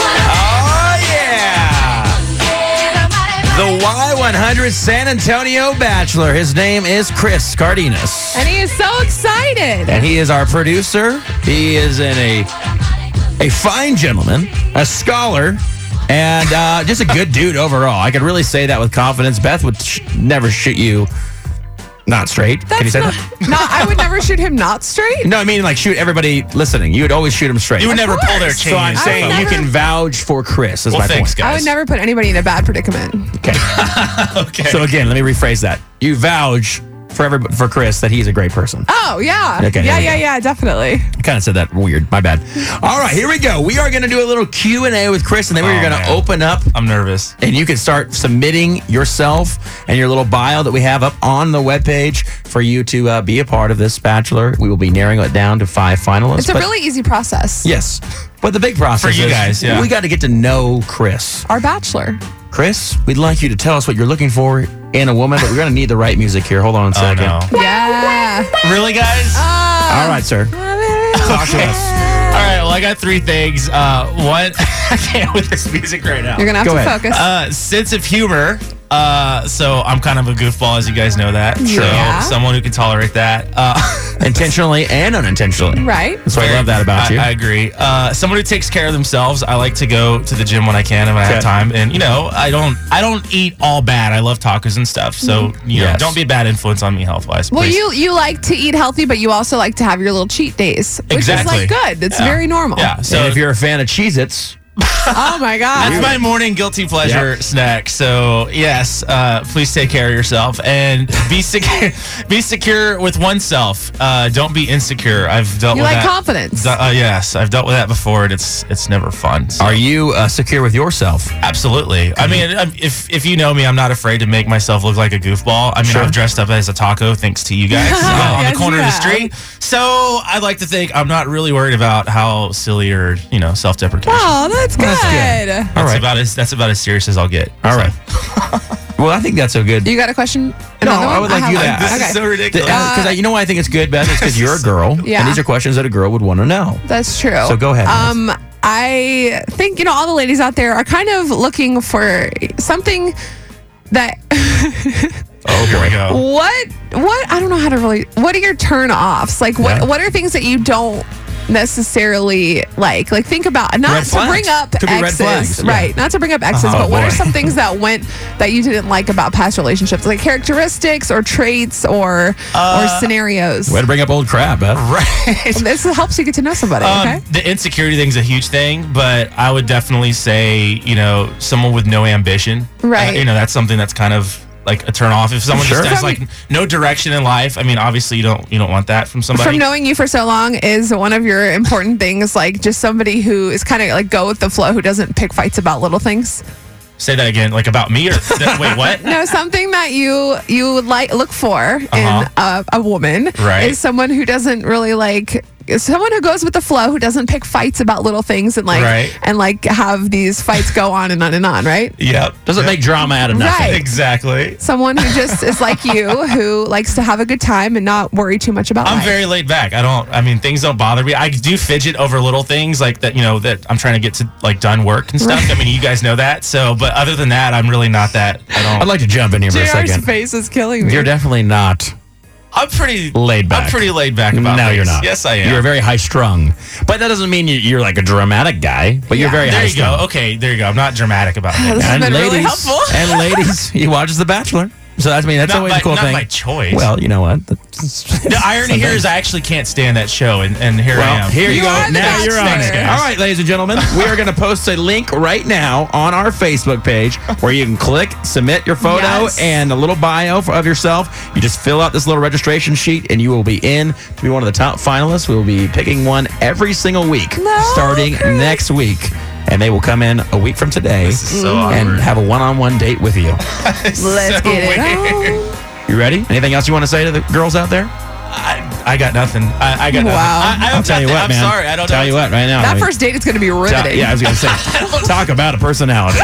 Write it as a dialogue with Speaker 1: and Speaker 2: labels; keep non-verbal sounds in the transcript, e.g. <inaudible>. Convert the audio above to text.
Speaker 1: Oh, Y100 San Antonio Bachelor. His name is Chris Cardenas.
Speaker 2: And he is so excited.
Speaker 1: and he is our producer. He is in a a fine gentleman, a scholar, and uh, just a good dude overall. I could really say that with confidence. Beth would sh- never shoot you not straight. Can you
Speaker 2: That's
Speaker 1: say
Speaker 2: <laughs> not,
Speaker 1: that?
Speaker 2: no, I would never shoot him not straight.
Speaker 1: No, I mean like shoot everybody listening. You would always shoot him straight.
Speaker 3: You would never pull their
Speaker 2: course.
Speaker 3: chain.
Speaker 1: so I'm
Speaker 3: and
Speaker 1: saying
Speaker 3: stuff.
Speaker 1: you
Speaker 2: never-
Speaker 1: can vouch for Chris. Is
Speaker 3: Well,
Speaker 1: my
Speaker 3: thanks,
Speaker 1: point.
Speaker 3: guys.
Speaker 2: I would never put anybody in a bad predicament.
Speaker 3: Okay.
Speaker 1: So again, let me rephrase that. You vouch for everybody, for Chris that he's a great person.
Speaker 2: Oh, yeah.
Speaker 1: Okay,
Speaker 2: yeah,
Speaker 1: there we
Speaker 2: yeah,
Speaker 1: go.
Speaker 2: yeah, definitely.
Speaker 1: kind of said that weird. My bad. All right, here we go. We are going to do a little Q and A with Chris, and then we're
Speaker 3: Oh,
Speaker 1: going
Speaker 3: man.
Speaker 1: to open up,
Speaker 3: I'm nervous.
Speaker 1: and you can start submitting yourself and your little bio that we have up on the webpage for you to uh, be a part of this bachelor. We will be narrowing it down to five finalists.
Speaker 2: It's a
Speaker 1: but-
Speaker 2: really easy process.
Speaker 1: yes, but the big process
Speaker 3: you
Speaker 1: is
Speaker 3: guys, yeah.
Speaker 1: we got to get to know Chris.
Speaker 2: Our bachelor.
Speaker 1: Chris, we'd like you to tell us what you're looking for in a woman, but we're going to need the right music here. Hold on a
Speaker 3: Oh
Speaker 1: second.
Speaker 3: no.
Speaker 2: Yeah. Uh,
Speaker 3: Really, guys?
Speaker 1: Oh, All right, sir. Talk to us.
Speaker 3: All right. Well, I got three things. Uh, one, <laughs> I can't with this music right now.
Speaker 2: You're going to have
Speaker 1: Go
Speaker 2: to
Speaker 1: ahead.
Speaker 2: focus.
Speaker 3: uh, sense of humor. Uh, so I'm kind of a goofball, as you guys know that.
Speaker 2: Sure. Yeah.
Speaker 3: So someone who can tolerate that. Uh,
Speaker 1: Intentionally and unintentionally.
Speaker 2: right?
Speaker 1: That's what I love that about
Speaker 3: <laughs> I,
Speaker 1: you.
Speaker 3: I agree. Uh, someone who takes care of themselves. I like to go to the gym when I can and when I
Speaker 1: Okay.
Speaker 3: have time. And you know, I don't, I don't eat all bad. I love tacos and stuff. So you know,
Speaker 1: Yes.
Speaker 3: don't be a bad influence on me health wise.
Speaker 2: Well, you you like to eat healthy, but you also like to have your little cheat days, which
Speaker 3: Exactly.
Speaker 2: is like good. It's
Speaker 3: Yeah.
Speaker 2: very normal.
Speaker 3: Yeah. So
Speaker 1: and if you're a fan of Cheez Its,
Speaker 2: Oh my
Speaker 3: That's
Speaker 2: god.
Speaker 3: my morning guilty pleasure
Speaker 1: Yep.
Speaker 3: snack. So yes, uh, please take care of yourself and be <laughs> secure. be secure with oneself. Uh, don't be insecure. I've dealt
Speaker 2: You
Speaker 3: with
Speaker 2: like
Speaker 3: that.
Speaker 2: confidence.
Speaker 3: Du- uh, yes, I've dealt with that before, and it's it's never fun. So.
Speaker 1: are you uh, secure with yourself?
Speaker 3: Absolutely. I mean, I'm- if if you know me, I'm not afraid to make myself look like a goofball. I mean,
Speaker 1: Sure.
Speaker 3: I've dressed up as a taco thanks to you
Speaker 2: <laughs>
Speaker 3: guys uh, on
Speaker 2: Yes,
Speaker 3: the corner
Speaker 2: you
Speaker 3: of the
Speaker 2: have.
Speaker 3: street. So I like to think I'm not really worried about how silly or you know self-deprecation.
Speaker 2: oh, that's good.
Speaker 1: that's
Speaker 3: that's
Speaker 1: all right.
Speaker 3: about as that's about as serious as I'll get.
Speaker 1: All
Speaker 3: So. <laughs>
Speaker 1: right. well, I think that's a good.
Speaker 2: You got a question?
Speaker 1: No,
Speaker 2: Another
Speaker 1: I
Speaker 2: one?
Speaker 1: would like
Speaker 2: have
Speaker 1: you
Speaker 2: one.
Speaker 1: to ask.
Speaker 2: Okay.
Speaker 3: ridiculous.
Speaker 1: Because you know why I think it's good, Beth? It's because you're a girl.
Speaker 2: <laughs> Yeah.
Speaker 1: And these are questions that a girl would want to know.
Speaker 2: That's true.
Speaker 1: So go ahead, Alice.
Speaker 2: Um, I think you know all the ladies out there are kind of looking for something that <laughs>
Speaker 3: oh, here we go.
Speaker 2: what what I don't know how to really what are your turn offs like what
Speaker 1: Yeah.
Speaker 2: what are things that you don't necessarily like like think about not
Speaker 1: Red
Speaker 2: to
Speaker 1: flags.
Speaker 2: bring up
Speaker 1: Could be red
Speaker 2: exes
Speaker 1: flags, yeah.
Speaker 2: right not to bring up exes
Speaker 1: Oh,
Speaker 2: but what are
Speaker 1: boy.
Speaker 2: some things that went that you didn't like about past relationships like characteristics or traits or
Speaker 1: Uh,
Speaker 2: or scenarios
Speaker 1: Way to bring up old crap, Beth.
Speaker 3: Right.
Speaker 2: <laughs> this helps you get to know somebody okay
Speaker 3: Um, the insecurity thing's a huge thing, but I would definitely say, you know, someone with no ambition.
Speaker 2: Right.
Speaker 3: Uh, you know, that's something that's kind of like a turn off. If someone
Speaker 1: Sure.
Speaker 3: just has
Speaker 2: From-
Speaker 3: like no direction in life, I mean, obviously you don't you don't want that from somebody.
Speaker 2: from knowing you for so long is one of your important things like just somebody who is kind of like go with the flow who doesn't pick fights about little things
Speaker 3: Say that again, like about
Speaker 2: <laughs>
Speaker 3: me or that, wait, what?
Speaker 2: No, something that you you would like look for
Speaker 3: Uh-huh.
Speaker 2: in a, a woman
Speaker 3: Right.
Speaker 2: is someone who doesn't really like is someone who goes with the flow, who doesn't pick fights about little things and like
Speaker 3: Right.
Speaker 2: and like have these fights go on and on and on, right?
Speaker 3: Yep.
Speaker 1: Doesn't make drama out of nothing.
Speaker 2: Right.
Speaker 3: Exactly.
Speaker 2: Someone who just is like you, who likes to have a good time and not worry too much about
Speaker 3: I'm
Speaker 2: life.
Speaker 3: very laid back. I don't. I mean, things don't bother me. I do fidget over little things like that. You know that I'm trying to get to like done work and stuff. I mean, you guys know that. So, but other than that, I'm really not that. I don't.
Speaker 1: I'd like to jump in here for a
Speaker 2: JR's
Speaker 1: second.
Speaker 2: face is killing me.
Speaker 1: You're definitely not.
Speaker 3: I'm pretty
Speaker 1: Laid back.
Speaker 3: I'm pretty laid back about
Speaker 1: no,
Speaker 3: things.
Speaker 1: you're not.
Speaker 3: Yes, I am.
Speaker 1: You're very high strung. But that doesn't mean you- you're like a dramatic guy, but you're
Speaker 2: Yeah.
Speaker 1: very
Speaker 3: there
Speaker 1: high
Speaker 3: you go.
Speaker 1: strung.
Speaker 3: Okay, there you go. I'm not dramatic
Speaker 1: <laughs>
Speaker 3: about
Speaker 2: This
Speaker 3: that.
Speaker 2: has
Speaker 1: and
Speaker 2: been
Speaker 1: ladies,
Speaker 2: really helpful.
Speaker 1: <laughs> and ladies, he watches The Bachelor. So that's I mean that's
Speaker 3: Not
Speaker 1: always
Speaker 3: by,
Speaker 1: a cool
Speaker 3: not
Speaker 1: thing.
Speaker 3: by choice.
Speaker 1: Well, you know what? <laughs> The
Speaker 3: the irony here is I actually can't stand that show, and, and here I
Speaker 1: Well,
Speaker 3: am.
Speaker 1: here you, go.
Speaker 2: You are the
Speaker 1: now you're on.
Speaker 2: Bachelor.
Speaker 1: it. All right, ladies and gentlemen, we are going to post a link right now on our Facebook page where you can click, submit your photo
Speaker 2: Yes.
Speaker 1: and a little bio for- of yourself. You just fill out this little registration sheet, and you will be in to be one of the top finalists. We will be picking one every single week,
Speaker 2: No,
Speaker 1: starting
Speaker 2: Chris.
Speaker 1: next week, and they will come in a week from today
Speaker 3: This is so
Speaker 1: and
Speaker 3: awkward.
Speaker 1: have a one-on-one date with you.
Speaker 3: It's
Speaker 2: Let's
Speaker 3: <laughs> so
Speaker 2: get it
Speaker 3: weird.
Speaker 2: on.
Speaker 1: You ready? Anything else you want to say to the girls out there?
Speaker 3: I, I got nothing. I, I got
Speaker 2: Wow.
Speaker 3: nothing. I, I
Speaker 1: I'll tell you what,
Speaker 3: I'm
Speaker 1: man.
Speaker 3: sorry. I don't
Speaker 1: tell
Speaker 3: know.
Speaker 1: you what right now. I
Speaker 2: That
Speaker 1: mean,
Speaker 2: first date is going to be
Speaker 3: <laughs>
Speaker 1: ta-
Speaker 2: riveting.
Speaker 1: yeah, I was gonna say, talk about a personality.